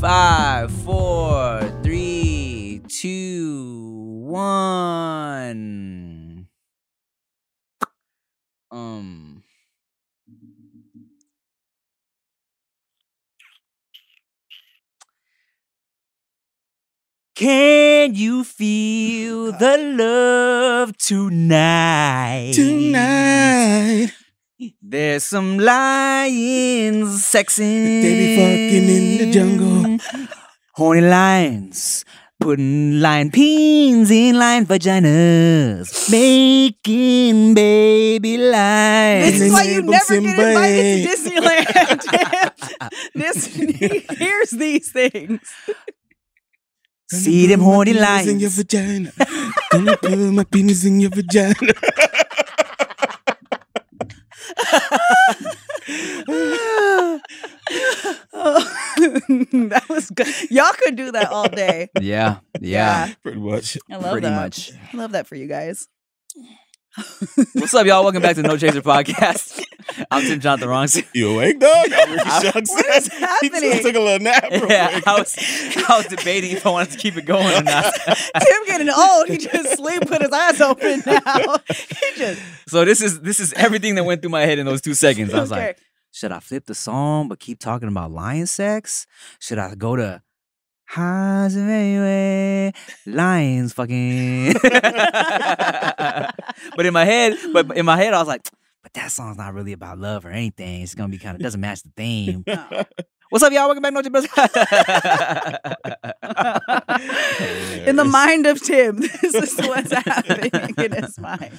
Five, four, three, two, one. Um. Can you feel the love tonight? Tonight, There's some lions sexing. They be fucking in the jungle. Horny lions putting lion peens in lion vaginas, making baby lions. This is why you never get invited to Disneyland. Disney hears these things. See them horny Gonna put my penis In your lions. vagina. Gonna put my penis in your vagina. that was good. Y'all could do that all day. Yeah, yeah. Pretty much. I love pretty that. much. I love that for you guys. What's up, y'all? Welcome back to No Chaser Podcast. I'm Tim Jonathan Wrongs. You awake, dog? I really What shocked. What is He happening? just took Tim a little nap. Real Yeah, quick. I was, I was debating if I wanted to keep it going or not. getting old. He just sleep with his eyes open now. He just So this is this is everything that went through my head in those two seconds. I was okay. like, should I flip the song but keep talking about lion sex? Should I go to Highs and anyway, lions fucking? but in my head, but in my head, I was like, but that song's not really about love or anything. It's gonna be kind of doesn't match the theme. What's up, y'all? Welcome back, Noche Bros. in the mind of Tim, this is what's happening in his mind.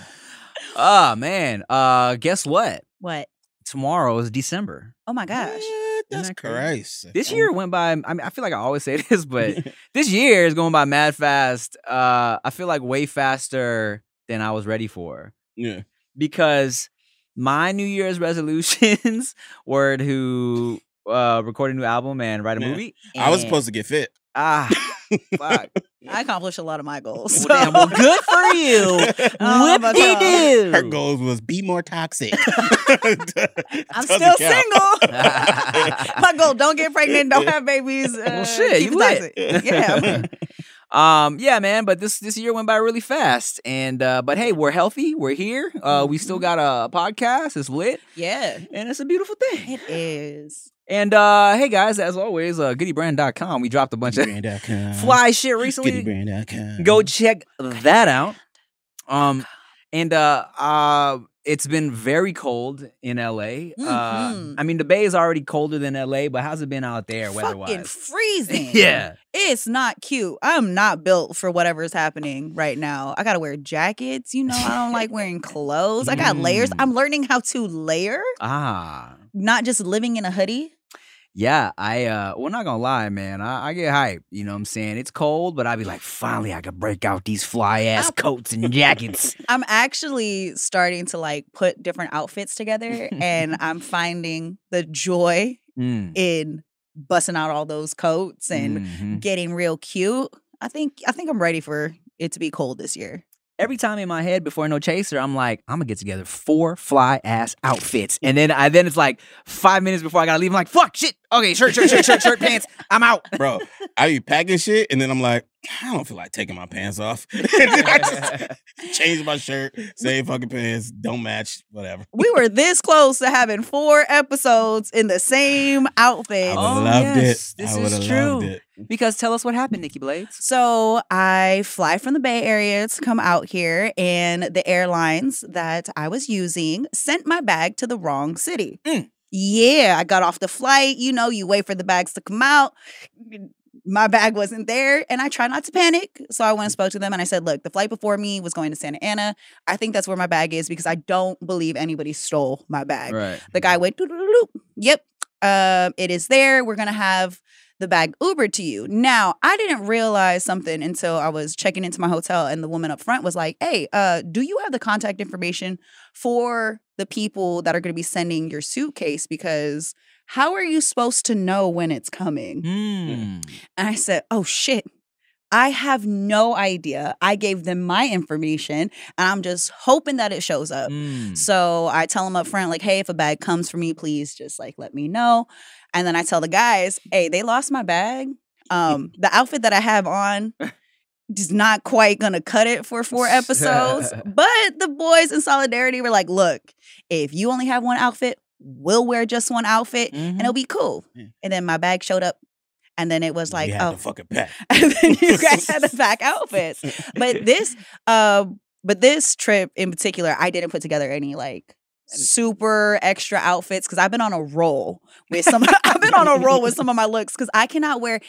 Ah man, uh, guess what? What? Tomorrow is December. Oh my gosh. What? Isn't That's that crazy? Oh. Christ. This year went by. I mean, I feel like I always say this, but this year is going by mad fast. Uh, I feel like way faster than I was ready for yeah. because my New Year's resolutions were to uh, record a new album and write a Yeah. movie. I was and- supposed to get fit. Ah, fuck. I accomplished a lot of my goals. Well, damn, well, good for you. Oh, Whoop but de Her doo. goals was be more toxic. I'm still single. my goal: don't get pregnant, don't have babies. Uh, Well, shit, keep you it lit. toxic. Yeah, I'm lit. Um, yeah, man, but this this year went by really fast, and uh, but hey, we're healthy, we're here, uh, we still got a podcast, it's lit, yeah. and it's a beautiful thing. It is. And uh, hey, guys, as always, uh, goodybrand.com, we dropped a bunch of Fly fly shit recently. Go check that out. Um, and uh, uh, it's been very cold in LA. Uh, Mhm. I mean, the Bay is already colder than LA, but how's it been out there weather Fucking wise? freezing. Yeah, It's not cute. I'm not built for whatever's happening right now. I gotta wear jackets. You know, I don't like wearing clothes. I got layers. Mm. I'm learning how to layer, ah. not just living in a hoodie. Yeah, I uh well not gonna lie, man. I, I get hype. You know what I'm saying? It's cold, but i be like, finally I could break out these fly ass Ow. coats and jackets. I'm actually starting to like put different outfits together and I'm finding the joy Mm, in busting out all those coats and mhm. getting real cute. I think I think I'm ready for it to be cold this year. every time in my head before no chaser, I'm like, I'm gonna get together four fly ass outfits, and then I then it's like five minutes before I gotta leave. I'm like, fuck shit. Okay, shirt, shirt, shirt, shirt, shirt, pants. I'm out. Bro, I be packing shit and then I'm like, I don't feel like taking my pants off. I just change my shirt, same fucking pants, don't match, whatever. We were this close to having four episodes in the same I outfit. Oh, would loved yes, it. this I is would've true. loved it. because tell us what happened, Nikki Blades. So I fly from the Bay Area to come out here, and the airlines that I was using sent my bag to the wrong city. Mm. Yeah, I got off the flight. You know, you wait for the bags to come out. Mm, My bag wasn't there, and I try not to panic. So I went and spoke to them, and I said, "Look, the flight before me was going to Santa Ana. I think that's where my bag is because I don't believe anybody stole my bag." Right. The guy went, "Doo-doo-doo-doo." yep, uh, it is there. We're going to have the bag Uber to you. Now, I didn't realize something until I was checking into my hotel and the woman up front was like, hey, uh, do you have the contact information for the people that are going to be sending your suitcase? Because how are you supposed to know when it's coming? Mm. And I said, oh shit. I have no idea. I gave them my information and I'm just hoping that it shows up. Mm. So I tell him up front, like, hey, if a bag comes for me, please just like let me know. And then I tell the guys, hey, they lost my bag. Um, the outfit that I have on is not quite gonna cut it for four episodes. but the boys in solidarity were like, look, if you only have one outfit, we'll wear just one outfit Mhm. and it'll be cool. Mm-hmm. Yeah. And then my bag showed up. And then it was like, we had oh, to fucking pack. and then you guys had the back outfits. But this, uh, but this trip in particular, I didn't put together any like super extra outfits because I've been on a roll with some. I've been on a roll with some of my looks because I cannot wear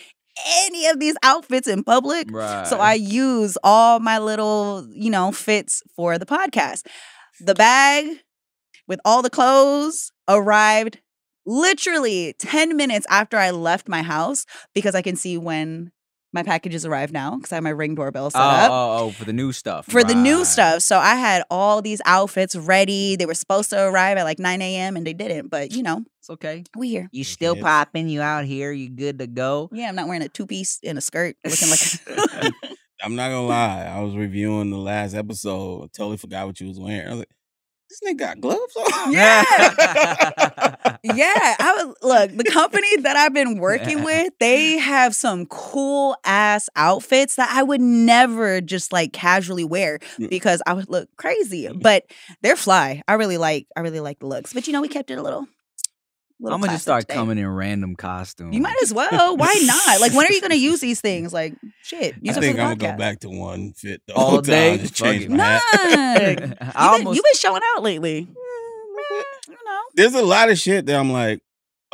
any of these outfits in public. Right. So I use all my little, you know, fits for the podcast. The bag with all the clothes arrived literally 10 minutes after I left my house because I can see when my packages arrive now because I have my ring doorbell Oh, set up. oh, oh, for the new stuff. For the new Right. stuff. So I had all these outfits ready. They were supposed to arrive at like 9 a.m. and they didn't. But you know, It's okay. we here. You still Yes. popping. You out here. You good to go. Yeah, I'm not wearing a two piece and a skirt looking like I'm not gonna lie. I was reviewing the last episode. I totally forgot what you was wearing. I was like, this nigga got gloves on. Yeah. yeah, I was look, the company that I've been working with, they have some cool ass outfits that I would never just like casually wear Yeah. Mm-hmm. because I would look crazy. But they're fly. I really like I really like the looks. But you know, we kept it a little, little I'm gonna just start classy today. coming in random costumes. You might as well. Why not? Like when are you gonna use these things? Like shit. Use I think them for the I'm gonna podcast. go back to one fit the All whole day? time. Just Fuck change it. my hat. uh, None. I You've been, almost you've been showing out lately. Mm-hmm, You know. There's a lot of shit that I'm like,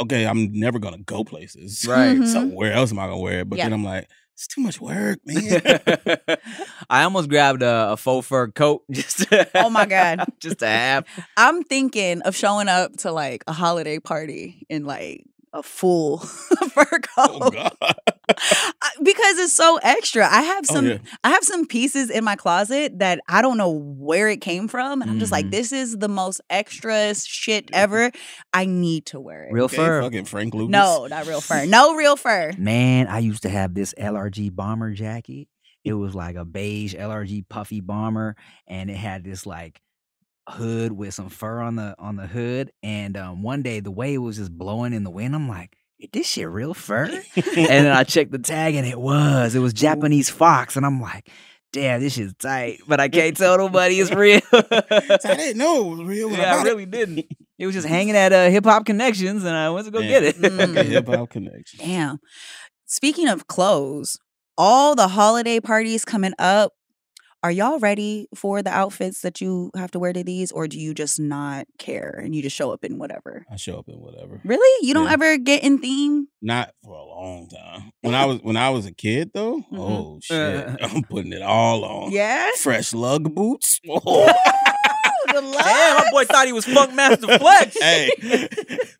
okay, I'm never gonna go places. right. Mhm. So where else am I gonna wear it? But Yeah. then I'm like, it's too much work, man. I almost grabbed a, a faux fur coat just. To, Oh my God. just to have. I'm thinking of showing up to like a holiday party in like a full fur coat oh god. I- because it's so extra. I have Oh, some yeah. I have some pieces in my closet that I don't know where it came from and I'm just Mm-hmm. like Mhm. this is the most extra shit ever. I need to wear it. Real Okay, fur. fucking Frank Lucas. no, not real fur. No real fur. Man, I used to have this LRG bomber jacket. It was like a beige LRG puffy bomber, and it had this like hood with some fur on the on the hood. And um, one day, the way it was just blowing in the wind, I'm like, "Is this shit real fur?" and then I checked the tag, and it was. It was Japanese fox, and I'm like, "Damn, this shit's tight," but I can't tell nobody it's real. I didn't know it was real. when I yeah, I bought it. really didn't. It was just hanging at uh, Hip Hop Connections, and I went to go get it. Mm. Fucking hip hop connection. Damn. Speaking of clothes, all the holiday parties coming up, are y'all ready for the outfits that you have to wear to these, or do you just not care and you just show up in whatever? I show up in whatever. Really? You don't Yeah. ever get in theme? Not for a long time. When I was when I was a kid though, oh shit, I'm putting it all on. Yeah. Fresh lug boots. Oh. The Damn, my lux. boy thought he was Funk Master Flex. hey,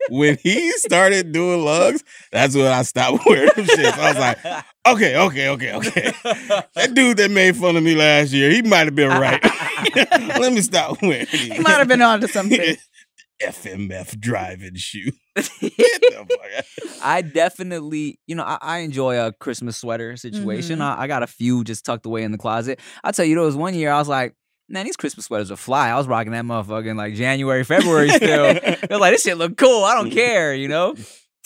when he started doing lugs, that's when I stopped wearing them shit. So I was like, okay, okay, okay, okay. That dude that made fun of me last year, he might have been right. Let me stop wearing. He might have been onto something. FMF driving shoe. Get the fuck out. I definitely, you know, I, I enjoy a Christmas sweater situation. Mhm. I, I got a few just tucked away in the closet. I'll tell you, there was one year I was like, man, these Christmas sweaters are fly. I was rocking that motherfucker in like January, February still. They're like, this shit look cool. I don't care, you know?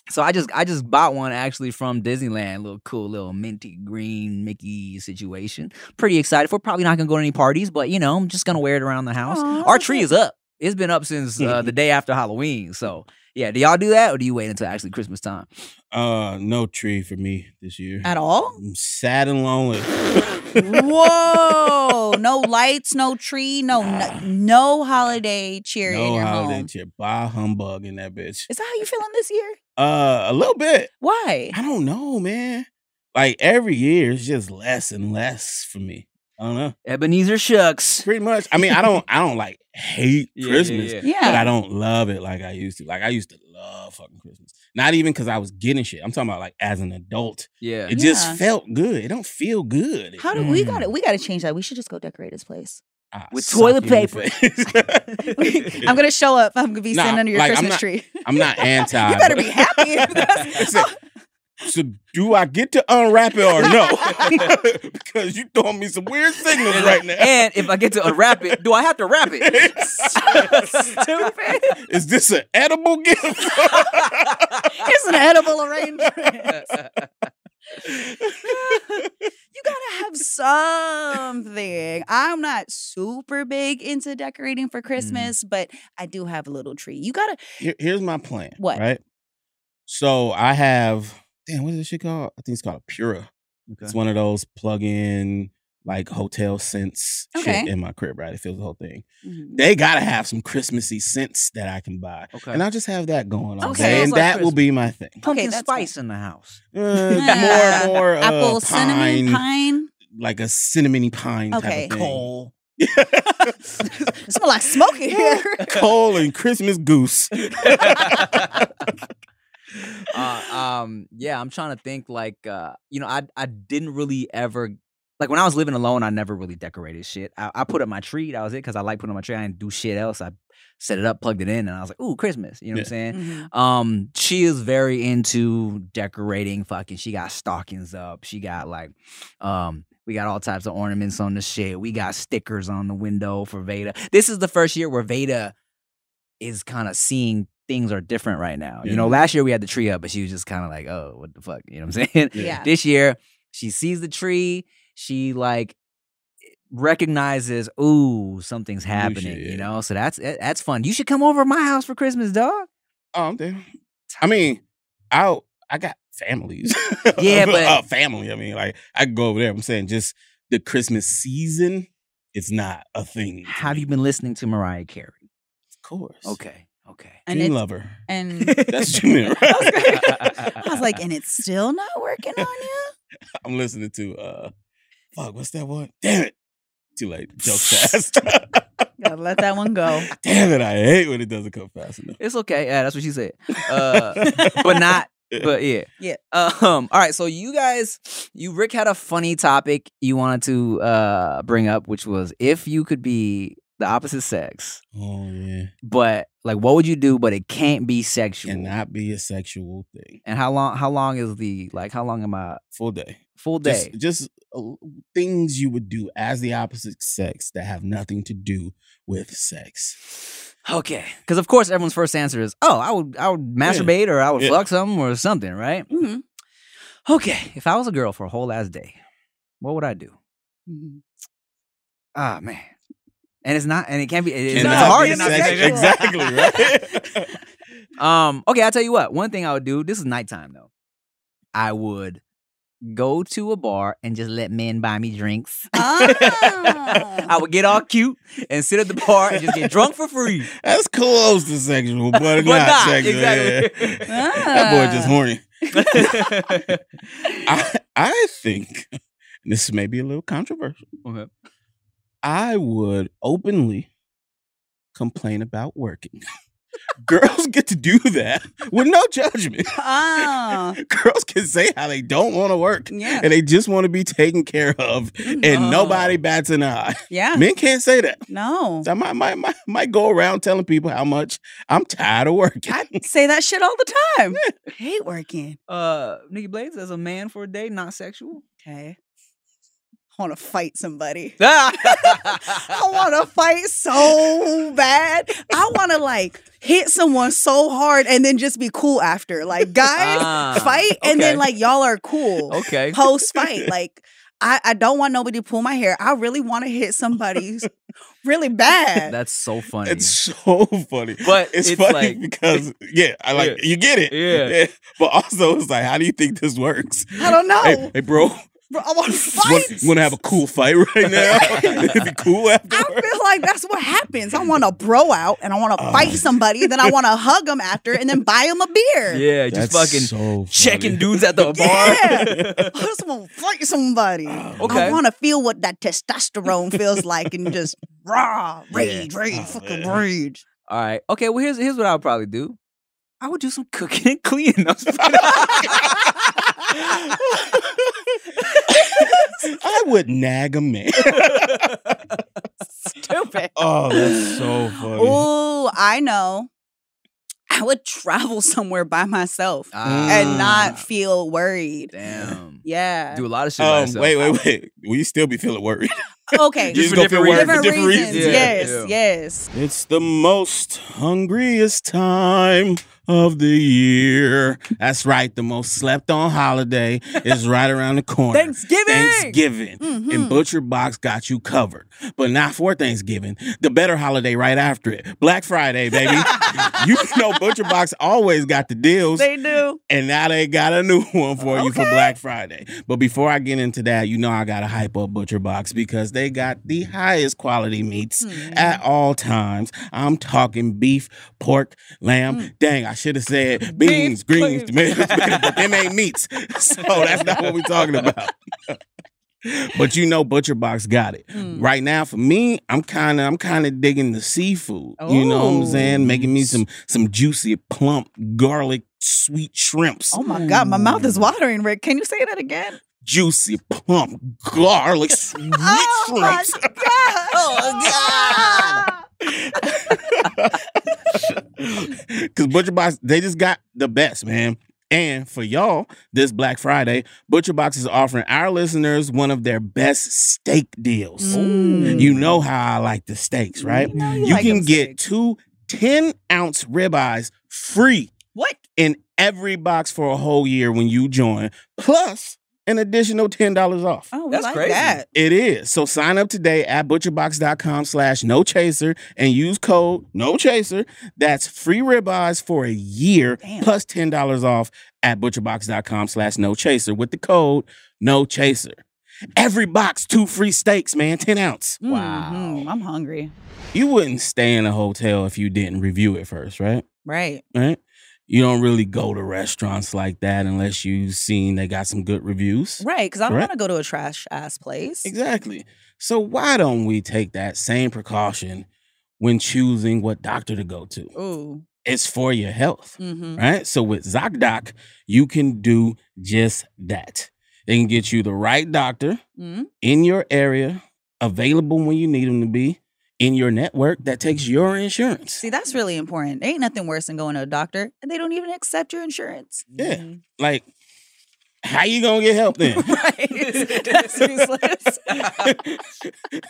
So I just I just bought one actually from Disneyland, little cool little minty green Mickey situation. Pretty excited for. Probably not gonna go to any parties, but you know I'm just gonna wear it around the house. Aw, Our Oh, that's tree it. is up. It's been up since uh, the day after Halloween. So yeah, do y'all do that or do you wait until actually Christmas time? Uh, no tree for me this year. At all? I'm sad and lonely. Whoa! No lights, no tree, no Nah. no, no holiday cheer in no your holiday home. cheer. Bah humbug in that bitch. Is that how you feeling this year? Uh, a little bit. Why? I don't know, man. Like every year, it's just less and less for me. I don't know. Ebenezer Shucks. Pretty much. I mean, I don't. I don't like hate Christmas, but I Yeah. don't love it like I used to. Like I used to love fucking Christmas. Not even because I was getting shit. I'm talking about like as an adult. Yeah. It just Yeah. felt good. It don't feel good. How do we Mm. got to We got to change that. We should just go decorate his place. Ah, With suck toilet you in the paper. face. I'm gonna show up. I'm gonna be Nah, sitting under your like, I'm Christmas not- tree. I'm not anti. you better but- be happy. if Listen, that's- so do I get to unwrap it or no? because you throwing me some weird signals right now. And if I get to unwrap it, do I have to wrap it? Stupid. Is this an edible gift? It's an edible arrangement. you gotta have something. I'm not super big into decorating Mm. for Christmas, but I do have a little tree. You gotta Here- here's my plan. What? Right. So I have damn. What is this shit called? I think it's called a Pura. It's one of those plug-in like hotel scents shit Okay. in my crib. Right. It fills the whole thing. mm-hmm. They gotta have some Christmassy scents that I can buy, Okay. and I'll just have that going on. Okay. day, Sounds and like that will Christmas. be my thing. Pumpkin that's spice in the house. Uh, more, more uh, apple, pine, cinnamon, pine. like a cinnamony pine Okay. type of thing. It smell like smoke in here. Coal and Christmas goose. uh, um, yeah, I'm trying to think. Like, uh, you know, I I didn't really ever like when I was living alone. I never really decorated shit. I, I put up my tree. That was it because I like putting up my tree. I didn't do shit else. I set it up, plugged it in, and I was like, "Ooh, Christmas!" You know what I'm Yeah. saying? Mhm. Um, she is very into decorating. Fucking, she got stockings up. She got like, um, we got all types of ornaments on the shit. We got stickers on the window for Veda. This is the first year where Veda is kind of seeing things are different right now. You know, Yeah. last year we had the tree up, but she was just kind of like, oh, what the fuck? You know what I'm saying? Yeah. Yeah. This year, she sees the tree. She like recognizes, ooh, something's happening. You yeah. know, so that's that- that's fun. You should come over to my house for Christmas, dog. Oh, I'm down. I mean, I I got families. Yeah, but- Uh, family. I mean, like I can go over there. I'm saying just the Christmas season. It's not a thing. for Have me. you been listening to Mariah Carey? Of course. Okay, okay. And Teen it's- lover. And That's what you mean, I right? was like, and it's still not working on you. I'm listening to uh, fuck. What's that one? Damn it. Too late. Joke fast. Gotta let that one go. Damn it! I hate when it doesn't come fast enough. It's okay. Yeah, that's what she said. Uh, but not. But yeah. Yeah. Um. All right. So you guys, you Rick had a funny topic you wanted to uh bring up, which was if you could be the opposite sex, Oh yeah. but like, what would you do? But it can't be sexual. Cannot be a sexual thing. And how long? How long is the like? How long am I? Full day. Full Just- day. Just, uh, things you would do as the opposite sex that have nothing to do with sex. okay. Because of course everyone's first answer is, oh, I would, I would masturbate or I would Yeah. fuck something or something, right? Mhm. Okay. If I was a girl for a whole last day, what would I do? Mhm. Ah man. And it's not, and it can't be. it- It's Cannot not hard. be to not be sexual. sexual. Exactly, right? Um. Okay, I'll tell you what. One thing I would do. This is nighttime though. I would go to a bar and just let men buy me drinks. Ah. I would get all cute and sit at the bar and just get drunk for free. That's close to sexual, but, But not, not, sexual. exactly. yeah. That boy just Ah. horny. I, I think and this may be a little controversial. Okay. I would openly complain about working. girls get to do that with no judgment. Ah, Girls can say how they don't want to work yeah, Mm-hmm. and they just want to be taken care of, and Oh. nobody bats an eye. yeah. Men can't say that. No, I might, might, might, might go around telling people how much I'm tired of working. I say that shit all the time. Hate working. Uh, Nikki Blades as a man for a day, not sexual. Okay, I want to fight somebody. I I want to fight so bad. I want to like hit someone so hard and then just be cool after. Like, guys, fight and then okay. like y'all are cool Ah, Okay. post fight. Like, I, I don't want nobody to pull my hair. I really want to hit somebody really bad. That's so funny. It's so funny. but It's, funny because yeah, I like you get it. Yeah. But also it's like, how do you think this works? I don't know. Oh, Hey, hey bro, Bro, I want to wanna, fight. you wanna have a cool fight right now? It'd be cool I afterwards. feel like that's what happens. I want to bro out and I want to Oh. fight somebody. Then I want to hug them after and then buy them a beer. yeah, just That's fucking so funny. checking dudes at the bar. Yeah. I just want to fight somebody. Ah, Okay. I want to feel what that testosterone feels like and just raw rage, rage, Oh, fucking man. rage. All right. Okay. Well, here's here's what I would probably do. I would do some cooking and cleaning. I'm just kidding. I would nag a man. Stupid. oh, that's so funny. Oh, I know. I would travel somewhere by myself and not Ah, feel worried. damn. Yeah. Do a lot of shit. by Um, myself. wait, wait, wait. Will you still be feeling worried? Okay. Just You for gonna feel different worried for different, different reasons. reasons. Yeah, yes, yeah. yes. It's the most hungriest time of the year. That's right. The most slept on holiday is right around the corner. Thanksgiving. Mm-hmm. Thanksgiving. Mhm. And Butcher Box got you covered, but not for Thanksgiving. The better holiday right after it, Black Friday, baby. you know Butcher Box always got the deals. They do. And now they got a new one for you for Okay. Black Friday. But before I get into that, you know I gotta hype up Butcher Box because they got the highest quality meats Mm. at all times. I'm talking beef, pork, lamb. Dang, I should have said beans, please. greens, tomatoes, potatoes, but them ain't meats. So that's not what we're talking about. but you know Butcher Box got it. Mm. Right now, for me, I'm kind of I'm kind of digging the seafood. You know what I'm Ooh. saying? Making me some some juicy, plump, garlic, sweet shrimps. Oh my God, my mouth is watering, Rick. Can you say that again? Juicy, plump, garlic, sweet Oh my shrimps. God. oh God. Because Butcher Box, they just got the best, man. And for y'all, this Black Friday, Butcher Box is offering our listeners one of their best steak deals. Mm. You know how I like the steaks, right? You, know You, like can them get steaks. two 10 ounce ribeyes free what? in every box for a whole year when you join, plus an additional $10 off. Oh, we That's like crazy. that. It is. So sign up today at butcherbox.com slash no chaser and use code no chaser. That's free ribeyes for a year Damn. plus $10 off at butcherbox.com slash no chaser with the code no chaser. Every box, two free steaks, man, 10 ounce. Wow. Mhm, I'm hungry. You wouldn't stay in a hotel if you didn't review it first, right? Right. Right? You don't really go to restaurants like that unless you've seen they got some good reviews. Right. Because I don't Correct. want to go to a trash ass place. Exactly. So why don't we take that same precaution when choosing what doctor to go to? Ooh. It's for your health, Oh. Mm-hmm. right? So with ZocDoc, you can do just that. They can get you the right doctor mm in your area, available when you need them to be, in your network that takes your insurance. See, that's really important. There ain't nothing worse than going to a doctor and they don't even accept your insurance. Yeah. Like, how you gonna get help then? right. That's useless.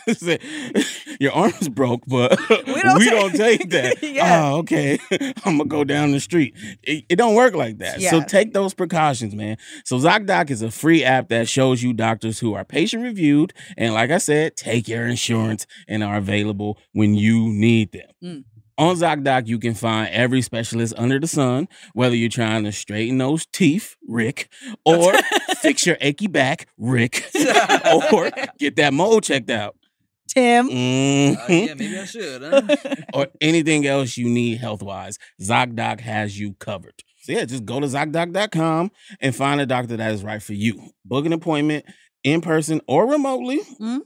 Your arm's broke, but we don't, don't take take- that. Yeah. Oh, okay. I'm gonna go down the street. It, it don't work like that. So Yeah. take those precautions, man. So ZocDoc is a free app that shows you doctors who are patient reviewed and, like I said, take your insurance and are available when you need them. Mm. On ZocDoc, you can find every specialist under the sun, whether you're trying to straighten those teeth, Rick, or fix your achy back, Rick, or Uh, get that mole checked out. Tim. Mhm. maybe I should. Huh? or anything else you need health wise, ZocDoc has you covered. So, yeah, just go to ZocDoc.com and find a doctor that is right for you. Book an appointment in person or remotely. Mhm.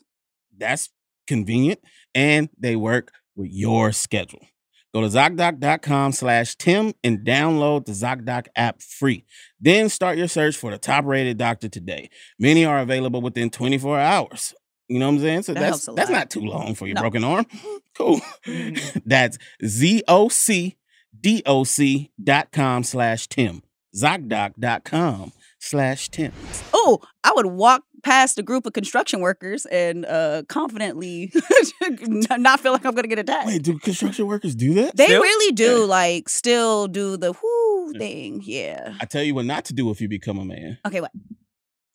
That's convenient. And they work with your schedule. Go to ZocDoc.com slash Tim and download the ZocDoc app free. Then start your search for the top rated doctor today. Many are available within 24 hours. You know what I'm saying? So That that's, helps a that's lot. not too long for your No. Mm-hmm. broken arm. Cool. that's Z O C D O C dot com slash Tim. ZocDoc.com slash Tim. Oh, I would walk past a group of construction workers and uh, confidently n- not feel like I'm going to get attacked. Wait, do construction workers do that? they still? really do Yeah. Mm. like still do the whoo Yeah. thing. Yeah. I tell you what not to do if you become a man. Okay, what?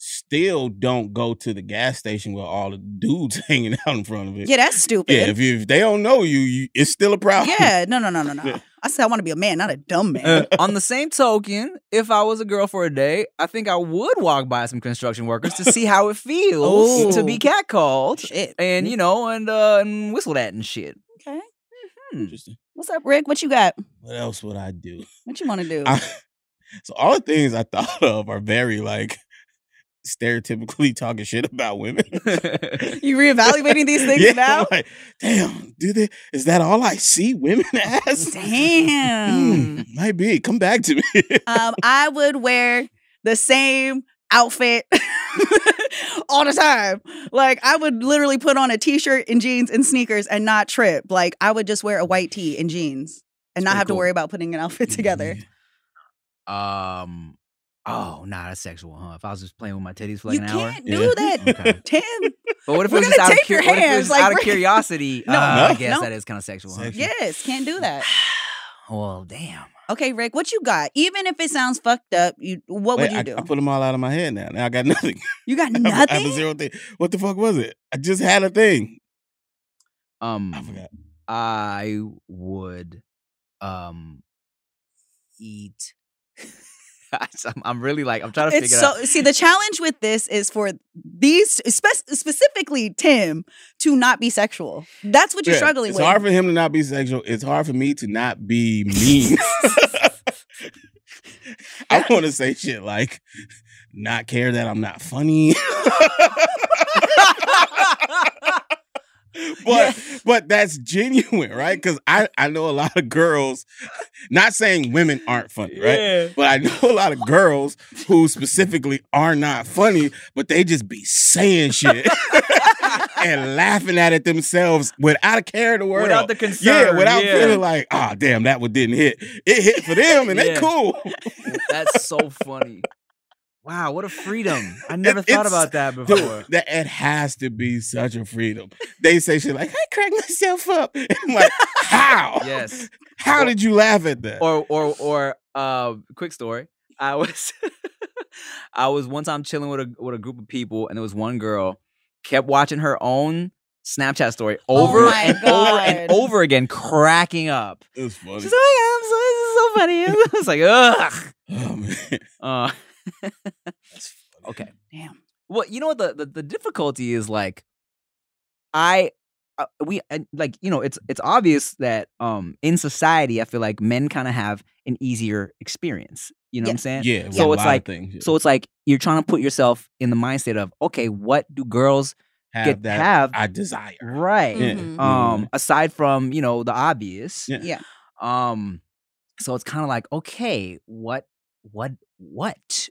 still don't go to the gas station with all the dudes hanging out in front of it. Yeah, that's stupid. Yeah, if, you, if they don't know you, you, it's still a problem. Yeah, no, no, no, no, no. Yeah. I said I want to be a man, not a dumb man. Uh, on the same token, if I was a girl for a day, I think I would walk by some construction workers to see how it feels to be Ooh. catcalled, Shit. and you know, and uh, and whistled at and shit. Okay. Hmm. Interesting. What's up, Rick? What you got? What else would I do? What you want to do? I- so all the things I thought of are very like stereotypically talking shit about women. you reevaluating these things Yeah, now? Like, damn, do they? Is that all I see women as? Damn. Hmm, might be. Come back to me. um, I would wear the same outfit all the time. Like I would literally put on a t-shirt and jeans and sneakers and not trip. Like I would just wear a white tee and jeans and not pretty have to cool. Mm-hmm. worry about putting an outfit together. um. Oh, nah, that's sexual, huh? If I was just playing with my titties for like you an hour. can't hour? do Yeah. that, Okay. Tim. But what if We're it was gonna just out of, take cur- your what if it was hands, just out like, of we're- curiosity? No, Uh, I no, guess no. that is kind of sexual, huh? Sexual. Yes, can't do that. Well, damn. Okay, Rick, what you got? Even if it sounds fucked up, you what Wait, would you I, do? I put them all out of my head now. Now I got nothing. you got I have- I have nothing. a zero thing. What the fuck was it? I just had a thing. I Um, forgot. I would, um, eat. I just- I'm, I'm really like I'm trying to It's figure so out. see the challenge with this is for these spe- specifically Tim to not be sexual. That's what you're Yeah, struggling it's with. hard for him to not be sexual. It's hard for me to not be mean. I want to say shit like, not care that I'm not funny. but but that's genuine, right? Because I I know a lot of girls. Not saying women aren't funny, right? But I know a lot of girls who specifically are not funny, but they just be saying shit and laughing at it themselves without a care in the world. Without the concern. yeah, without feeling like, ah, damn, that one didn't hit. It hit for them, and they Yeah. cool. That's so funny. Wow, what a freedom! I never thought it's- about that before. Dude, that it has to be such a freedom. They say shit like, "I cracked myself up." I'm like, how? Yes. How did you laugh at that? or or or uh quick story i was i was one time chilling with a with a group of people and there was one girl kept watching her own snapchat story Oh over my and over and God. over again cracking up it was funny. she's like oh my God, i'm so this is so funny i was like ugh oh man, uh, that's funny. okay Damn. well you know what the, the, the difficulty is like i uh, we uh, like you know it's it's obvious that um in society i feel like men kind of have an easier experience you know what i'm saying Yeah, So it's like- things. So it's like you're trying to put yourself in the mindset of, okay, what do girls have get that have I desire. right? Yeah. Mm-hmm. Mhm. Um, aside from you know the obvious. Yeah. Yeah. Um, so it's kind of like, okay, what, what, what,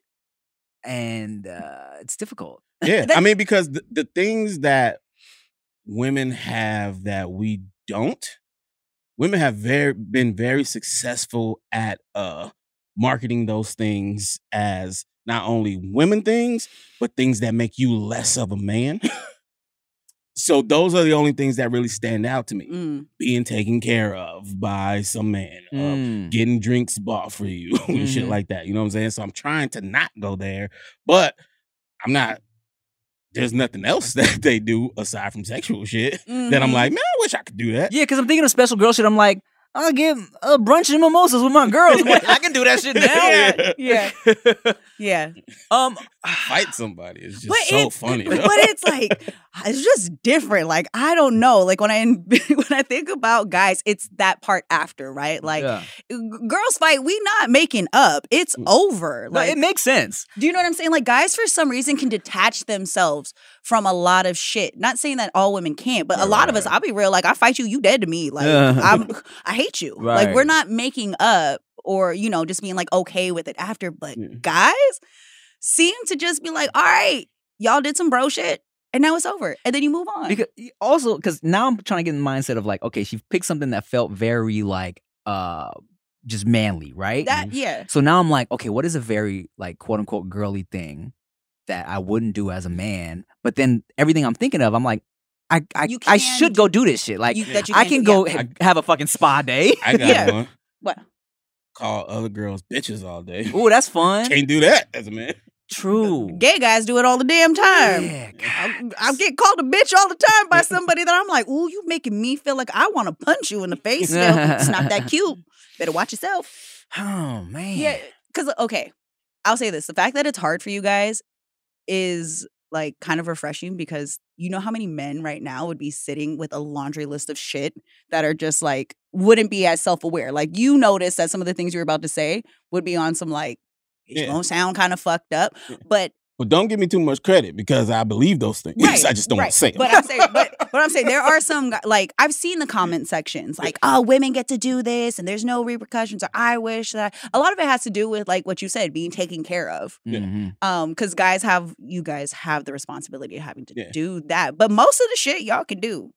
and uh, it's difficult. yeah. That- I mean, because the, the things that women have that we don't, women have very been very successful at uh marketing those things as not only women things, but things that make you less of a man. so those are the only things that really stand out to me. Mm. Being taken care of by some man. uh, Mm. getting drinks bought for you and shit Mhm. Mm-hmm. like that. You know what I'm saying? So I'm trying to not go there, but I'm not. There's nothing else that they do aside from sexual shit that I'm Mhm. like, man, I wish I could do that. Yeah, because I'm thinking of special girl shit. I'm like, I'll get uh, brunch and mimosas with my girls. I'm like, I can do that shit now. Yeah. Yeah. Yeah. Um, fight somebody. It's just But so it's- funny. but though. it's like ah, it's just different. Like I don't know. Like when I when I think about guys, it's that part after, right? Like Yeah. g- girls fight, we not making up. It's Mm. over. No, Like it makes sense. do you know what I'm saying? Like guys for some reason can detach themselves from a lot of shit. Not saying that all women can't, but a Right, lot of right, us, right. I'll be real, like I fight you, you dead to me. Like Yeah. I'm I hate you. Like we're Right. not making up or, you know, just being like okay with it after. But Yeah. guys seem to just be like, all right, y'all did some bro shit and now it's over. And then you move on. Because also because now I'm trying to get in the mindset of like, okay, she picked something that felt very like uh just manly, right? that yeah. so now I'm like, okay, what is a very like quote unquote girly thing that I wouldn't do as a man? But then everything I'm thinking of, I'm like, I I, You I can should do- go do this shit. Like you, that you I can do, go yeah. ha- have a fucking spa day. I got Yeah. one. What? Call other girls bitches all day. Ooh, that's fun. Can't do that as a man. True. Gay guys do it all the damn time. Yeah, I, God. I get called a bitch all the time by somebody that I'm like, ooh, you making me feel like I want to punch you in the face. Now. It's not that cute. Better watch yourself. Oh man. Yeah, because okay, I'll say this: the fact that it's hard for you guys is like kind of refreshing because you know how many men right now would be sitting with a laundry list of shit that are just like wouldn't be as self aware. Like you notice that some of the things you were about to say would be on some like it Yeah. won't sound kind of fucked up, Yeah. but But don't give me too much credit because I believe those things. Right, I just don't want right. to say it. But I'm saying, but, but I'm saying there are some gu- like I've seen the comment sections like, oh, women get to do this and there's no repercussions, or I wish that I-" a lot of it has to do with like what you said, being taken care of. Yeah. Mhm. Um, because guys have you guys have the responsibility of having to Yeah. do that. But most of the shit y'all can do.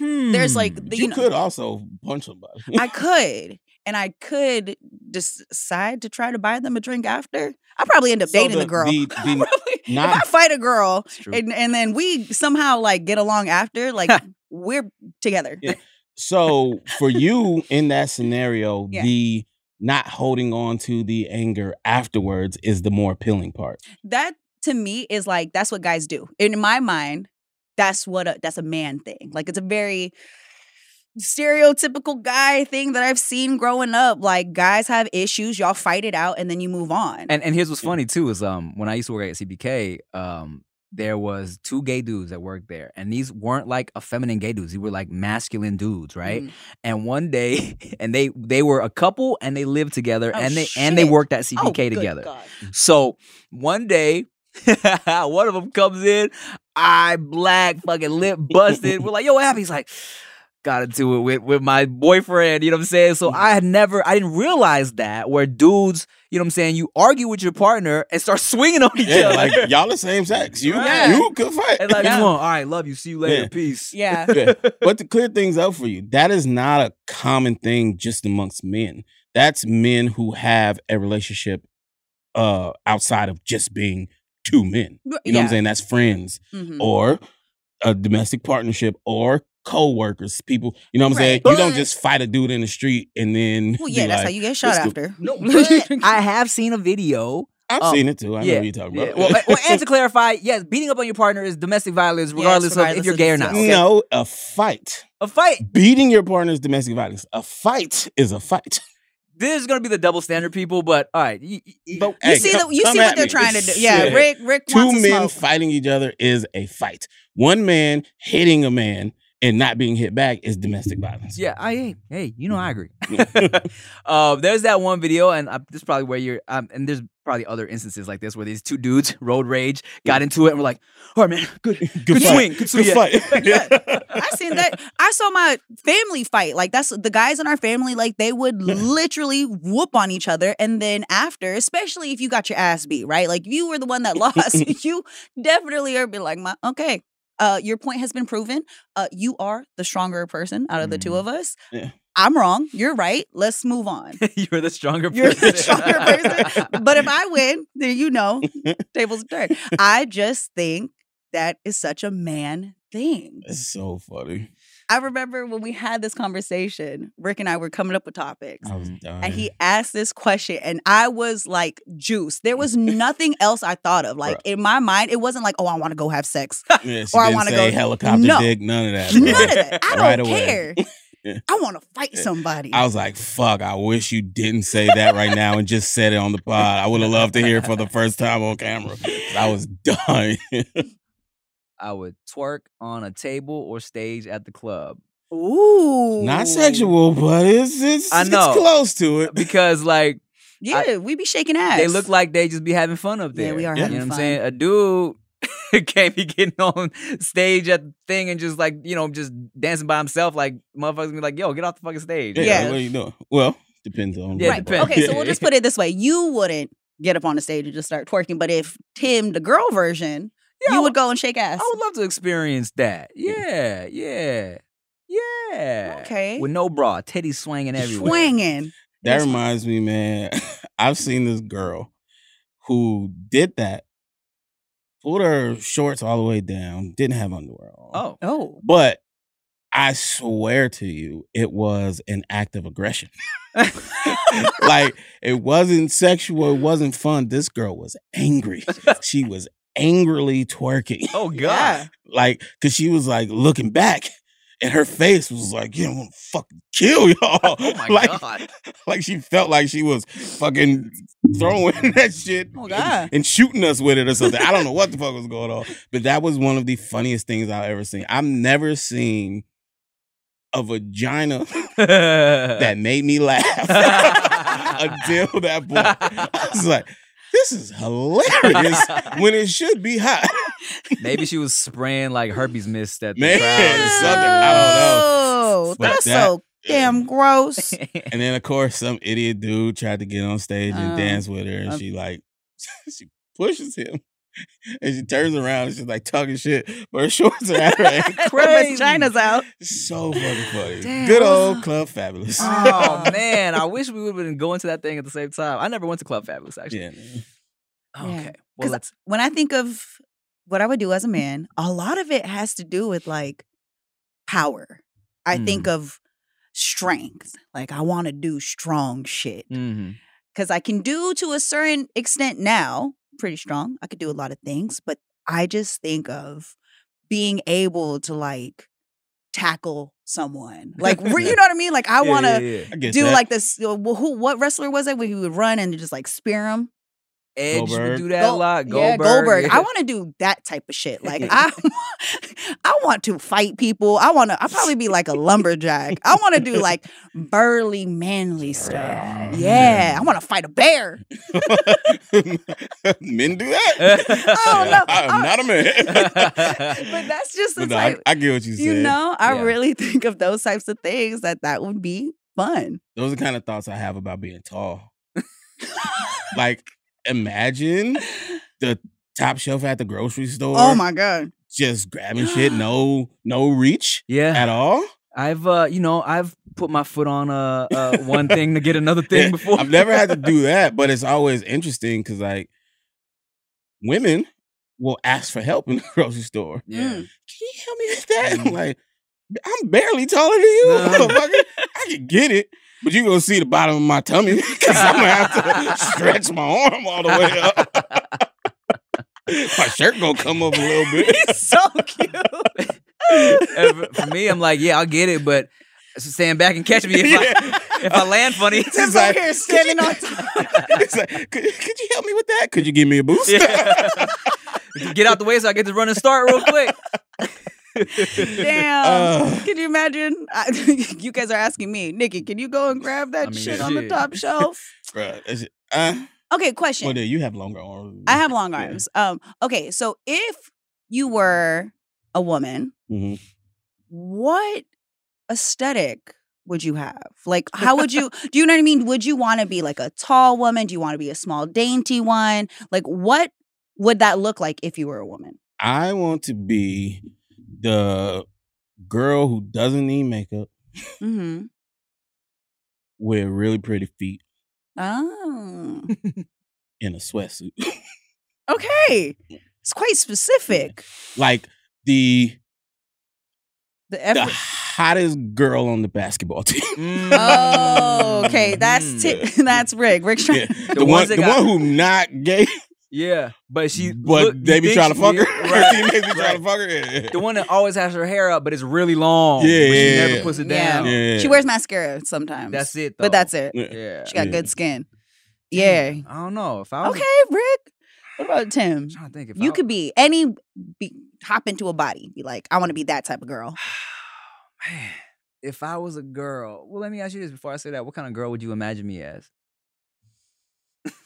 There's like Hmm. the, you you, know, could also punch somebody. I could. And I could decide to try to buy them a drink after. I probably end up So dating the, the- girl. the- the Probably- if not- I fight a girl It's true. and and then we somehow like get along after like we're together Yeah. So for you in that scenario, Yeah. the not holding on to the anger afterwards is the more appealing part. that to me is like that's what guys do in my mind that's what a, that's a man thing like it's a very stereotypical guy thing that i've seen growing up like guys have issues y'all fight it out and then you move on And and here's what's funny too is um when I used to work at CBK, um there was two gay dudes that worked there, and these weren't like effeminate gay dudes. These were like masculine dudes, right? E Mhm. And one day, and they they were a couple, and they lived together, Oh, and they and they shit. worked at Oh, CBK good together. God. So one day, one of them comes in, eye black, fucking lip busted. We're like, yo, what happened? He's like, got into it with, with my boyfriend, you know what I'm saying? Mm. So I had never, I didn't realize that where dudes, you know what I'm saying, you argue with your partner and start swinging on each Yeah, other. like y'all the same sex. You Right. you could fight. and like, Yeah. come on, all right, love you, see you later, Yeah. peace. yeah Yeah. But to clear things up for you, that is not a common thing just amongst men. That's men who have a relationship uh outside of just being two men. You know what I'm saying? That's friends. Mhm. or a domestic partnership or co-workers people you know what i'm saying Right. you don't But- just fight a dude in the street and then well be yeah that's like- how you get shot "Let's go- after No, but I have seen a video. i've Oh, seen it too i know yeah, what you're talking Yeah, about well, well, and to clarify, yes, beating up on your partner is domestic violence, Yes, regardless of regardless if you're of gay or the not. sex. okay. no a fight A fight. beating your partner is domestic violence a fight is a fight This is gonna be the double standard, people. But all right, y- y- y- but you see the, you see what they're trying to do yeah, rick rick two wants to men smoke. fighting each other is a fight one man hitting a man and not being hit back is domestic violence Yeah, I hey, hey, you know I agree. um, there's that one video, and uh, this is probably where you're. Um, and there's probably other instances like this where these two dudes, road rage, got into it, and were like, "All right, man, good, good, fight. swing, good swing." Good yeah." fight. I seen that. I saw my family fight. Like that's the guys in our family. Like they would Yeah. literally whoop on each other, and then after, especially if you got your ass beat, right? Like you were the one that lost. you definitely are be like, my okay. Uh, your point has been proven. Uh, you are the stronger person out of the two Mhm. of us. Mm-hmm. Yeah. I'm wrong. You're right. Let's move on. you're the stronger You're person. the stronger person. But if I win, then you know, tables turned. I just think that is such a man thing. it's so funny I remember when we had this conversation, Rick and I were coming up with topics. i was And dying And he asked this question, and I was like, juice. There was nothing else I thought of. Like, Bruh. in my mind, it wasn't like, oh, I want to go have sex. Yeah, she Or I didn't wanna say go- helicopter No. dick, none of that. None bro. of that. I Right don't away. care. I want to fight somebody. I was like, fuck, I wish you didn't say that right now and just said it on the pod. I would have loved to hear it for the first time on camera. I was done. I would twerk on a table or stage at the club Ooh. Not sexual, but it's it's, I know. it's close to it. because like Yeah, we be shaking ass. they look like they just be having fun up Yeah, there. we are You having know what fun. I'm saying? A dude can't be getting on stage at the thing and just like, you know, just dancing by himself. Like motherfuckers be like, yo, get off the fucking stage. Yeah, Yeah. What are you doing? Well, depends on. Yeah, what right. the depends. bar- Okay, so we'll just put it this way: you wouldn't get up on the stage and just start twerking, but if Tim, the girl version, Yeah, I you would go and shake ass. I would love to experience that. Yeah, yeah, yeah. Okay. With no bra, titties swinging everywhere. Swinging. That reminds me, man. I've seen this girl who did that. Pulled her shorts all the way down. Didn't have underwear on. Oh, Oh, but I swear to you, it was an act of aggression. like it wasn't sexual. It wasn't fun. This girl was angry. She was angrily twerking. oh God. yeah. like because she was like looking back and her face was like you don't want to fucking kill y'all Oh my like God. like she felt like she was fucking throwing that shit Oh, and- God. and, shooting us with it or something i don't know what the fuck was going on but that was one of the funniest things i've ever seen i've never seen a vagina that made me laugh until that point i was like this is hilarious when it should be hot Maybe she was spraying like herpes mist at the Man, something- I Oh, But that's that- so damn gross. crowd. And then of course some idiot dude tried to get on stage and Oh. dance with her and Um. she like she pushes him and she turns around and she's like talking shit, but her shorts are at her ankle. Crazy. But China's out. So fucking funny. Damn. Good old Club Fabulous. oh man, I wish we would have been going to that thing at the same time. I never went to Club Fabulous actually. Oh, Yeah. man. Okay. Yeah. Well, 'Cause let's. When I think of what I would do as a man, a lot of it has to do with like power. I think Mm. of strength. Like I want to do strong shit. Mm. hmm because I can do to a certain extent now, pretty strong. I could do a lot of things, but I just think of being able to like tackle someone, like re- you know what I mean. Like I want to I guess do that. like this. uh, wh- Who? What wrestler was it? Where he would run and just like spear him. Edge would Goldberg. do that a lot. yeah, Goldberg. Goldberg. yeah. I want to do that type of shit. Like I, I want to fight people. I want to. I probably be like a lumberjack. I want to do like burly, manly stuff. Yeah, I want to fight a bear. men do that. Oh no, I am not a man. but that's just the but no, I, type. I get what you said. you know, I Yeah. really think of those types of things that that would be fun. Those are the kind of thoughts I have about being tall. like, imagine the top shelf at the grocery store. oh my god! Just grabbing shit, no, no reach Yeah, at all. I've uh, you know, I've put my foot on uh, uh one thing to get another thing Yeah, before. I've never had to do that, but it's always interesting because like women will ask for help in the grocery store. Mm. Yeah. Can you help me with that? Mm. I'm like, I'm barely taller than you. No. motherfucker. I can get it. But you gonna see the bottom of my tummy because I'm gonna have to stretch my arm all the way up. my shirt gonna come up a little bit. He's so cute. And for- for me, I'm like, yeah, I'll get it, but stand back and catch me if Yeah. I if I land funny. Tim's like, over here standing on top. it's like, could, could you help me with that? Could you give me a boost? Yeah. get out the way so I get to run and start real quick. Damn. Uh. can you imagine? I, you guys are asking me, Nikki. Can you go and grab that I mean, shit on the shit. top shelf? Bruh, that's it. Uh, Okay, question. well, dude, you have longer arms. than I me. have long Yeah. arms. Um. Okay, so if you were a woman, Mhm. what aesthetic would you have? Like, how would you, do you know what I mean? Would you want to be like a tall woman? Do you want to be a small, dainty one? Like, what would that look like if you were a woman? I want to be the girl who doesn't need makeup Mm-hmm. with really pretty feet Oh, in a sweatsuit. okay. It's quite specific. like the The the effort. hottest girl on the basketball team. Mm. Mm-hmm. Oh, okay. Oh, That's t- that's Rick. Rick's trying. Yeah, the, ones one, that the got- one who not gay Yeah, but she. But look- you they be think trying to she- fuck her. yeah, Her teammates be trying to Right. fuck her. Yeah. The one that always has her hair up, but it's really long. Yeah, but yeah, she never yeah. puts it Yeah. down. Yeah. She wears mascara sometimes. That's it. But though. that's it. Yeah. Yeah. She got Yeah. good skin. Yeah. I don't know if I was Okay, Rick. What about Tim? I'm trying to think if You I, could be any be, hop into a body. Be like, I want to be that type of girl. Man, if I was a girl, well, let me ask you this before I say that. What kind of girl would you imagine me as?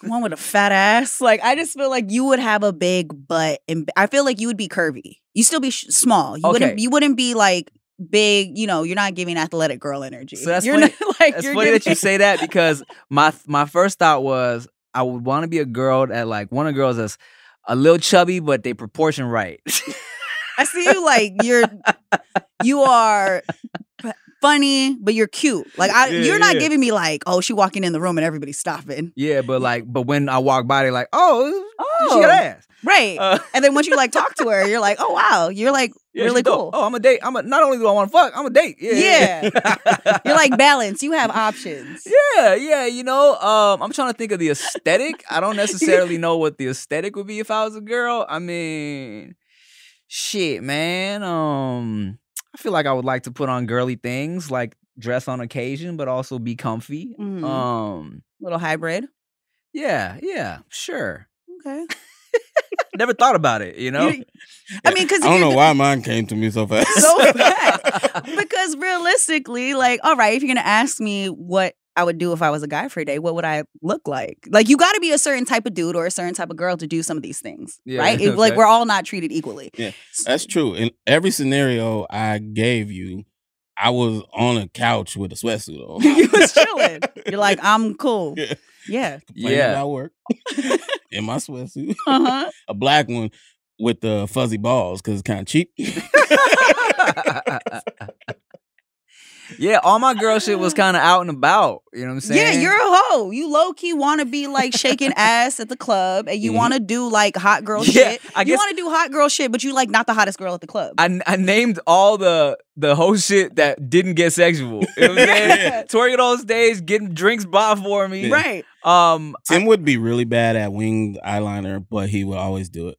One with a fat ass. Like I just feel like you would have a big butt, and I feel like you would be curvy. You still be sh- small. You wouldn't. Okay. You wouldn't be like big. You know, you're not giving athletic girl energy. So that's you're funny- Not, like It's you're funny that you giving- say that because my th- my first thought was I would want to be a girl that like one of the girls that's a little chubby but they proportion right. I see you like you're. You are p- funny, but you're cute. Like I, Yeah, you're not yeah. giving me like, oh, she walking in the room and everybody's stopping. yeah, but like but when I walk by, they like, oh, Oh, she got ass. right. Uh, and then once you like talk to her, you're like, oh wow, you're like yeah, she really dope. cool. Oh, I'm a date. I'm a not only do I want to fuck, I'm a date. Yeah, yeah. yeah. You're like balance. You have options. Yeah, yeah, you know, um, I'm trying to think of the aesthetic. I don't necessarily know what the aesthetic would be if I was a girl. I mean, shit, man. Um, I feel like I would like to put on girly things, like dress on occasion, but also be comfy. Mhm. Um, Little hybrid. yeah, yeah, sure. Okay. Never thought about it, you know. You- I mean, because I don't know why mine came to me so fast. So fast. because realistically, like, all right, if you're gonna ask me what I would do if I was a guy for a day, what would I look like? Like, you got to be a certain type of dude or a certain type of girl to do some of these things, Yeah, right? It- Like, okay. we're all not treated equally. Yeah, That's true. In every scenario I gave you, I was on a couch with a sweatsuit on. you was chilling. You're like, "Oh, I'm cool. Yeah. Yeah. Complaining Yeah. about work in my sweatsuit, Uh huh. a black one with the fuzzy balls because it's kind of cheap. yeah, all my girl shit was kind of out and about. You know what I'm saying? Yeah, you're a hoe. You low key want to be like shaking ass at the club, and you Mhm. want to do like hot girl Mm-hmm. Yeah, shit. I you guess- want to do hot girl shit, but you like not the hottest girl at the club. I, I named all the the whole shit that didn't get sexual. You know what I'm saying? Yeah. Twerking on stage, getting drinks bought for me. Right. Um, Tim would be really bad at winged eyeliner, but he would always do it.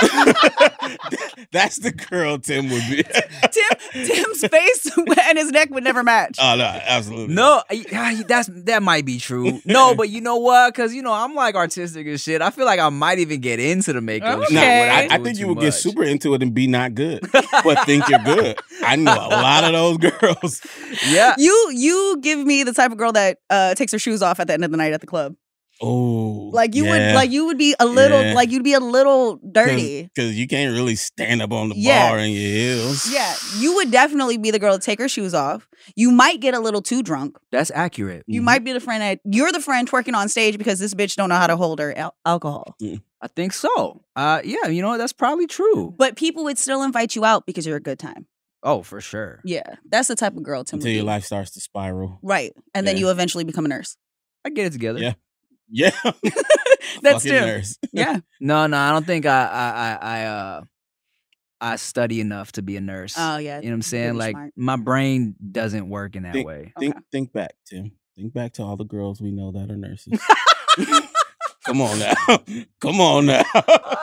That's the girl Tim would be. Tim Tim's face and his neck would never match. Oh no, absolutely. no, I- ah, that's that might be true. No, but you know what? Because you know I'm like artistic and shit. I feel like I might even get into the makeup. Oh, Okay. No, I, Okay. I think you would get super into it and be not good, but think you're good. I know a lot of those girls. Yeah. You you give me the type of girl that uh, takes her shoes off at the end of the night at the club. Oh, Like you would like you would be a little Yeah. like you'd be a little dirty. because you can't really stand up on the Yeah. bar in your heels. Yeah, you would definitely be the girl to take her shoes off. You might get a little too drunk. That's accurate. You Mhm. might be the friend that you're the friend twerking on stage because this bitch don't know how to hold her al- alcohol. I think so. Uh, yeah, you know that's probably true. But people would still invite you out because you're a good time. Oh, for sure. Yeah, that's the type of girl Tim. would until your be. life starts to spiral. right? And then Yeah. you eventually become a nurse. I get it together. Yeah. Yeah, That's Fucking Tim. nurse. Yeah. No, no, I don't think I, I, I, I, uh, I study enough to be a nurse. oh yeah. You know what I'm saying? pretty Like smart. my brain doesn't work in that Think- way. Think, think back, Tim. Think back to all the girls we know that are nurses. Come on now. Come on now. Oh,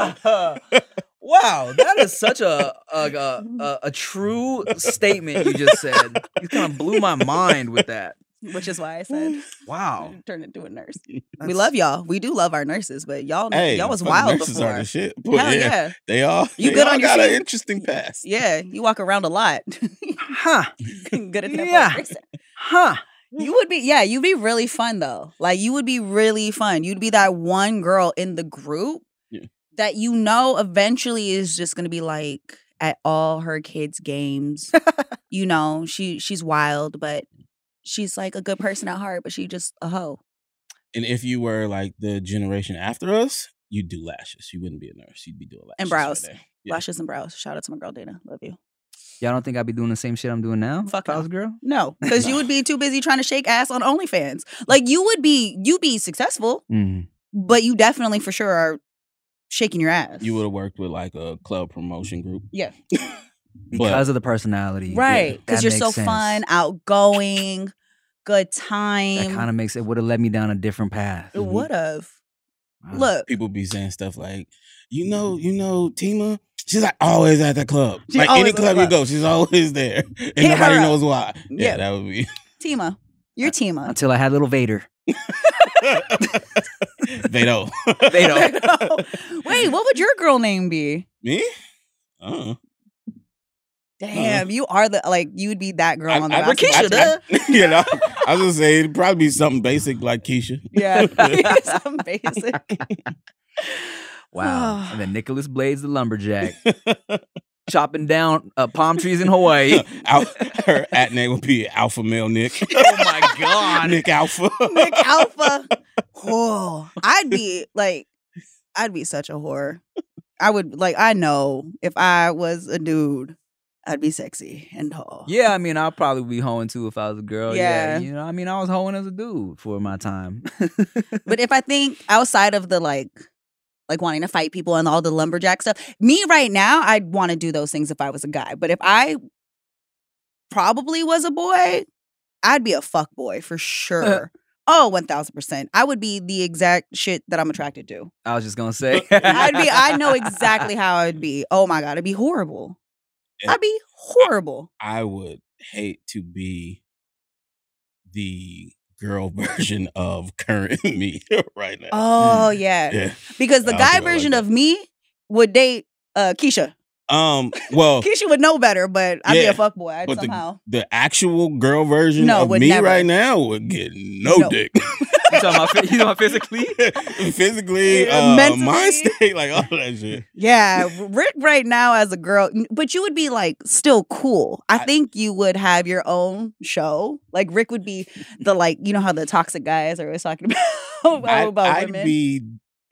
wow, that is such a a, a a a true statement you just said. You kind of blew my mind with that. Which is why I said Wow, turn into a nurse. We that's- love y'all. We do love our nurses, but y'all Hey, y'all was fucking wild nurses before. Are the shit. But Hell yeah, yeah. they all. You they good all on your got an feet? interesting past. Yeah, you walk around a lot. Huh? good at that. Yeah. Yeah. Huh? You would be, yeah, you'd be really fun though. Like you would be really fun. You'd be that one girl in the group Yeah. that you know eventually is just gonna be like at all her kids' games. you know, she she's wild, but Mm. she's like a good person at heart, but she just a hoe. And if you were like the generation after us, you'd do lashes. You wouldn't be a nurse. You'd be doing lashes. And right brows. there. Yeah. Lashes and brows. Shout out to my girl Dana. Love you. Y'all don't think I'd be doing the same shit I'm doing now? Fuck if I no. was a girl. No, because you would be too busy trying to shake ass on OnlyFans. Like you would be, you'd be successful, Mm. but you definitely for sure are shaking your ass. You would have worked with like a club promotion group. Yeah. But Because of the personality, right That because you're makes so sense. fun outgoing good That time kind of makes it would have led me down a different path. it would have Wow. Look, People be saying stuff like, you know, Mm-hmm. you know, Tima. She's like always at the club. She like any always at the club you club. go, she's always there, and Hit her nobody up. knows why. Yeah, Yeah. that would be. Tima, you're Tima. Uh, until I had little Vader. they don't. They don't. Wait, what would your girl name be? Me? Uh, Damn, you are the like you would be that girl I- on the I roster. reckon- I- Keisha, duh. you know, I was gonna say it'd probably be something basic like Keisha. Yeah, it's amazing. Wow. and then Nicholas Blades, the lumberjack, chopping down uh, palm trees in Hawaii. Al- her at name would be Alpha Male Nick. oh my God. Nick Alpha. Nick Alpha. Oh, I'd be like, I'd be such a whore. I would like. I know if I was a dude, I'd be sexy and tall. Yeah, I mean, I'll probably be hoeing too if I was a girl. Yeah. Yeah. You know, I mean, I was hoeing as a dude for my time. But if I think outside of the like, like wanting to fight people and all the lumberjack stuff, me right now, I'd want to do those things if I was a guy. But if I probably was a boy, I'd be a fuck boy for sure. Oh, 1000%. I would be the exact shit that I'm attracted to. I was just going to say. I'd be, I know exactly how I'd be. Oh my God, it'd be horrible. Yeah. I'd be horrible. I would hate to be the girl version of current me right now. Oh, yeah. Mm. Yeah. Because the I'll guy do it like version that. of me would date uh, Keisha. Um. Well, Keisha would know better, but I'd be Yeah, a fuck boy but the- somehow. the actual girl version No, of would me never. right now would get no, No. dick. you talking about, phy- you talking about physically? Physically, Yeah, uh, mentally. mind state, like all that shit. Yeah, Rick right now as a girl, but you would be like still cool. I, I- think you would have your own show. Like Rick would be the like you know how the toxic guys are always talking about I'd, about I'd women. be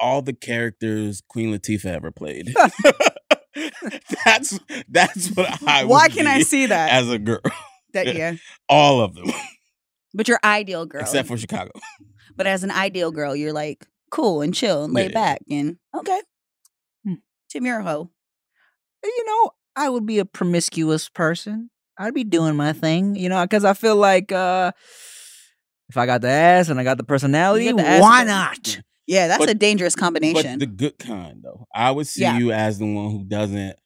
all the characters Queen Latifah ever played. that's that's what I. Why would can I be see that? as a girl? that yeah, All of them but your ideal girl. except for Chicago. but as an ideal girl, you're like cool and chill and laid Yeah. back and okay. Hmm. Tim, you're a hoe. you know, I would be a promiscuous person. I'd be doing my thing, you know, because I feel like uh if I got the ass and I got the personality, You got the ass why and the- not? Yeah, that's But- a dangerous But combination. the good kind, though. I would see Yeah. you as the one who doesn't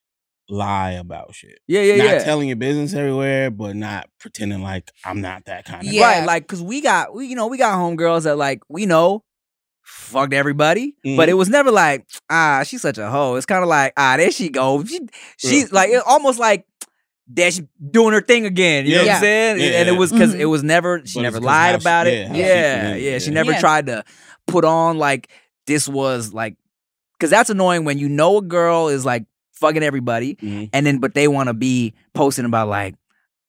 lie about shit. Yeah, yeah, not yeah. telling your business everywhere, but not pretending like I'm not that kind of. Yeah. Right, like because we got, we, you know, we got homegirls that like we know fucked everybody, but Mhm. it was never like ah, she's such a hoe. It's kind of like ah, there she go. She, she's Mm. like it, almost like that's doing her thing again. You know what Yeah. I'm saying? Yeah, And it yeah. was because Mhm. it was never she But it's never 'cause lied how she- about yeah, it. how Yeah, she yeah, presented it, She yeah. never Yeah. tried to put on like this was like because that's annoying when you know a girl is like fucking everybody Mhm. and then but they want to be posting about like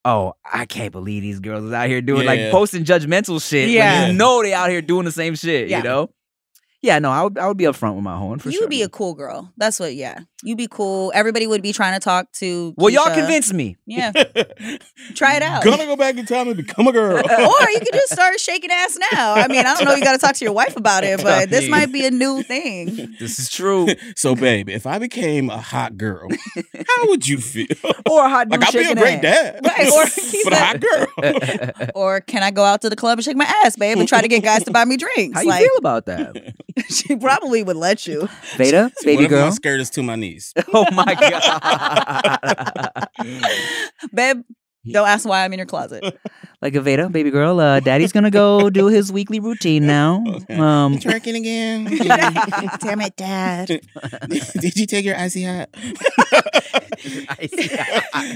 oh i can't believe these girls is out here doing like Yeah. posting judgmental shit when Yeah. you know they out here doing the same shit Yeah. you know yeah no i would, I would be upfront with my horn for You'd sure be a cool girl. That's what. Yeah, you'd be cool. Everybody would be trying to talk to. well y'all Keisha. convinced me Yeah, Oh, try it out. Gonna go back in time and become a girl. or you could just start shaking ass now. I mean, I don't know. You got to talk to your wife about it, but this might be a new thing. this is true so, babe, if I became a hot girl, how would you feel? or a hot dude like I'd be a shaking great ass. dad, Right, or he's but a hot girl. Or can I go out to the club and shake my ass, babe, and try to get guys to buy me drinks? how you like feel about that she probably would let you. beta what baby if my girl skirt is to my knees? oh my god babe, don't ask why I'm in your closet. like a Veda, baby girl. Uh, daddy's gonna go do his weekly routine now. Okay. Um, Twerking again? Damn it, dad. Did you take your icy hot?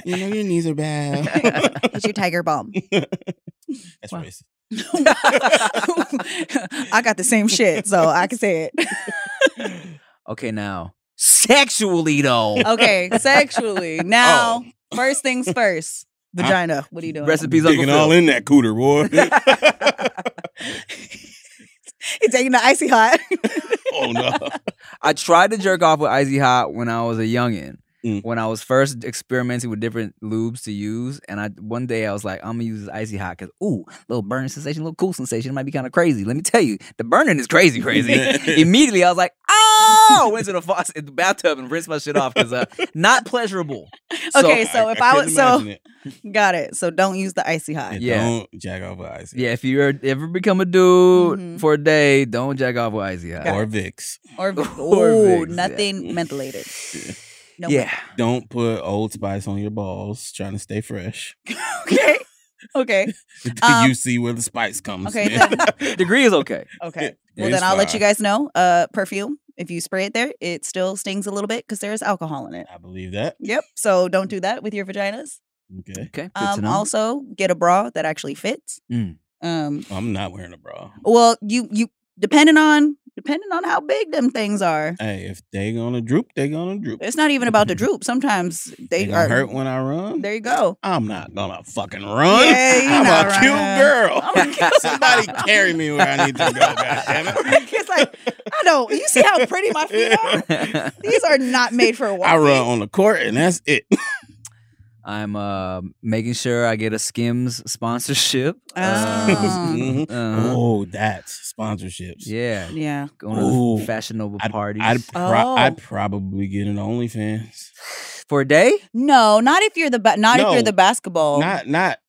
you know your knees are bad. It's your tiger bomb. That's Wow. racist. I got the same shit, so I can say it. okay, now sexually though, Okay, sexually. Now, Oh, first things first. Vagina. What are you doing? recipes Uncle Digging Phil. all in that cooter, boy. He's taking the icy hot. oh no. I tried to jerk off with Icy Hot when I was a youngin. Mm. When I was first experimenting with different lubes to use, and I one day I was like, I'm gonna use this icy hot because ooh, little burning sensation, little cool sensation. It might be kind of crazy. Let me tell you, the burning is crazy, crazy. Immediately I was like, oh, went to the faucet, the bathtub, and rinsed my shit off because uh, not pleasurable. So, Okay, so if I couldn't was- so- imagine it. Got it. So don't use the icy hot. And Yeah. Don't jack off with ice. Yeah, if you ever, ever become a dude Mhm. for a day, don't jack off with icy hot. Or Vicks. Or, Or ooh, Vicks, yeah. nothing mentholated. No. yeah. Don't put Old Spice on your balls. Trying to stay fresh. Okay. Okay. Until Um, you see where the spice comes. okay, man. Degree is okay. Okay. Well, It's then I'll let you fine. guys know. Uh, perfume. If you spray it there, it still stings a little bit because there is alcohol in it. I believe that. Yep. So don't do that with your vaginas. Okay. Okay. Good to Um, know. also, get a bra that actually fits. Mm. Um, I'm not wearing a bra. well, you you depending on depending on how big them things are. Hey, if they gonna droop, they gonna droop. It's not even about the droop. Sometimes They, they, gonna are. hurt when I run. There you go. I'm not gonna fucking run. Yeah, you I'm not a running. I'm cute girl. Somebody carry me where I need to go. goddammit. it's like I don't. You see how pretty my feet are? These are not made for walking. I run on the court and that's it. Uh-huh. I'm uh, making sure I get a Skims sponsorship. Oh. Um, Mhm. uh-huh. oh, that's sponsorships. Yeah. Yeah. Going Ooh. to fashionable I'd- parties. I'd, pro- Oh. I'd probably get an OnlyFans. for a day? No, not if you're the ba- not if No. you're the basketball. Not not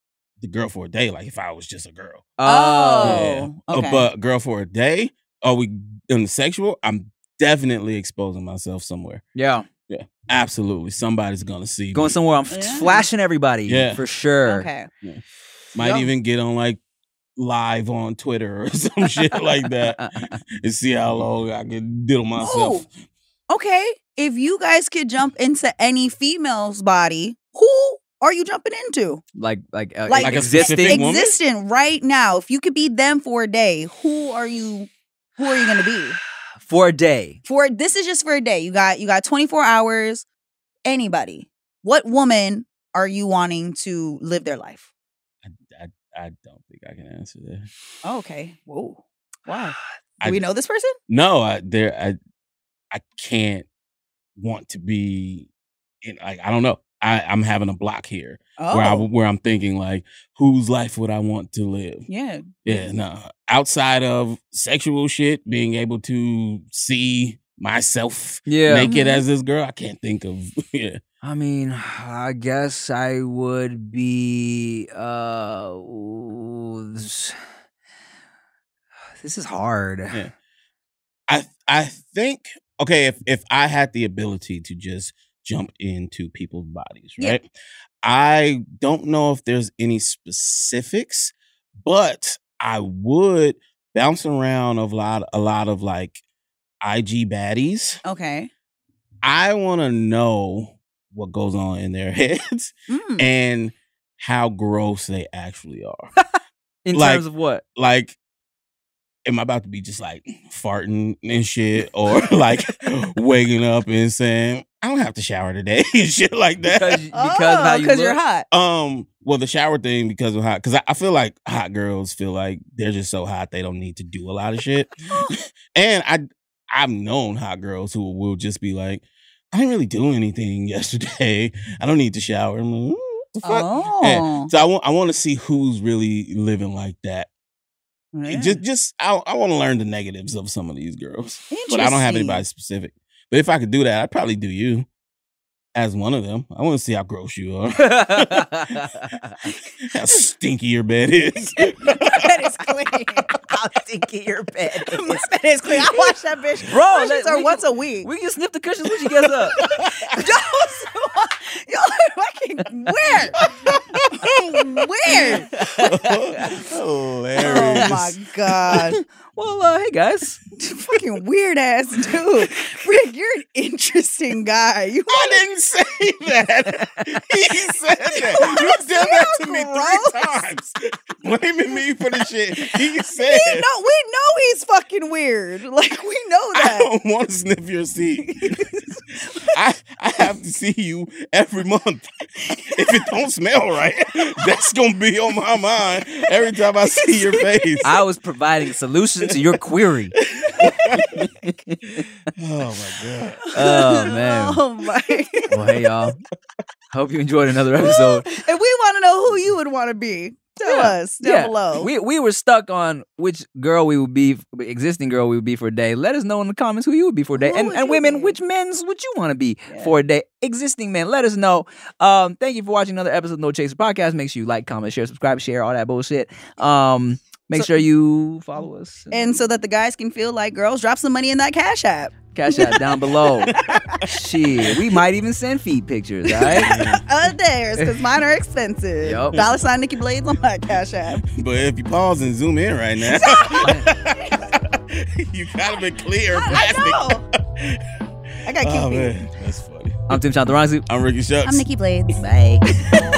the girl for a day. Like if I was just a girl. Oh. Yeah. Uh, okay. but girl for a day. Are we in the sexual? I'm definitely exposing myself somewhere. Yeah. Absolutely, somebody's gonna see. Going me. somewhere. I'm f- Yeah. flashing everybody. Yeah. For sure. okay. Might Yeah. even get on like live on Twitter or some shit like that and see how long I can diddle myself. Okay. If you guys could jump into any female's body, who are you jumping into? Like, like, uh, Like- like, Like a existing. specific- woman? Existent right now. If you could be them for a day, who are you? Who are you going to be? for a day. For this is just for a day. You got you got 24 hours. Anybody. What woman are you wanting to live their life? I, I, I don't think I can answer that. Oh, okay. Whoa. Wow. Do I- we know this person? No, I there I I can't want to be in like I don't know. I, I'm having a block here Oh. where I, where I'm thinking like whose life would I want to live? yeah. Yeah, no. Outside of sexual shit, being able to see myself Yeah. naked Mhm. as this girl, I can't think of yeah. I mean, I guess I would be. Uh, ooh, this, this is hard. Yeah. I I think okay, if if I had the ability to just jump into people's bodies, Yeah. right? I don't know if there's any specifics, but I would bounce around of a lot a lot of like IG baddies. Okay. I want to know what goes on in their heads Mm. and how gross they actually are. In Like- terms of what? like am i about to be just like farting and shit or like waking up and saying i don't have to shower today and shit like Because, because that of how Oh, you 'cause you're look? hot. um well the shower thing because of hot because I, I feel like hot girls feel like they're just so hot they don't need to do a lot of shit and i i've known hot girls who will just be like i didn't really do anything yesterday i don't need to shower I'm like, "Ooh, the fuck?" Oh. so i want i want to see who's really living like that Yeah. Hey, Just, just I, I want to learn the negatives of some of these girls, but I don't have Interesting. anybody specific. But if I could do that, I'd probably do you as one of them. I want to see how gross you are, how stinky your bed is. That is clean. How stinky your bed My bed is clean. I wash that bitch. Bro, Brushes let- are we- once a week. We can sniff the cushions when she gets up. Those are- y'all are fucking weird. weird. Oh Hilarious. my god. well, uh, hey guys. fucking weird ass dude. Rick, you're an interesting guy. You I didn't say that. He said that. You did that to me three times, blaming me for the shit he said. we know we know he's fucking weird. Like we know I that. don't want to sniff your seat. I I have to see you every month. If it don't smell right, that's gonna be on my mind every time I see your face. I was providing solutions to your query. oh my god! Oh, man. Oh my. Well, hey y'all. Hope you enjoyed another episode. and we want to know who you would want to be. Tell Yeah. us down Yeah. below. We we were stuck on which girl we would be, existing girl we would be for a day. Let us know in the comments who you would be for a day, Who and would and you women, be? which men's would you want to be Yeah. for a day? Existing men, let us know. Um, thank you for watching another episode of No Chaser Podcast. Make sure you like, comment, share, subscribe, share all that bullshit. Um, make So- sure you follow us and Mm-hmm. so that the guys can feel like girls, drop some money in that cash app. cash out down below. Shit, we might even send feed pictures. All right. Uh, theirs, because mine are expensive. Yup. Dollar sign Nikki Blades on my cash app. But if you pause and zoom in right now, you kind of been clear. I, plastic. I know. I got cute Oh feet. man, that's funny. I'm Tim Chantaranzu. I'm Ricky Shucks. I'm Nikki Blades. Bye.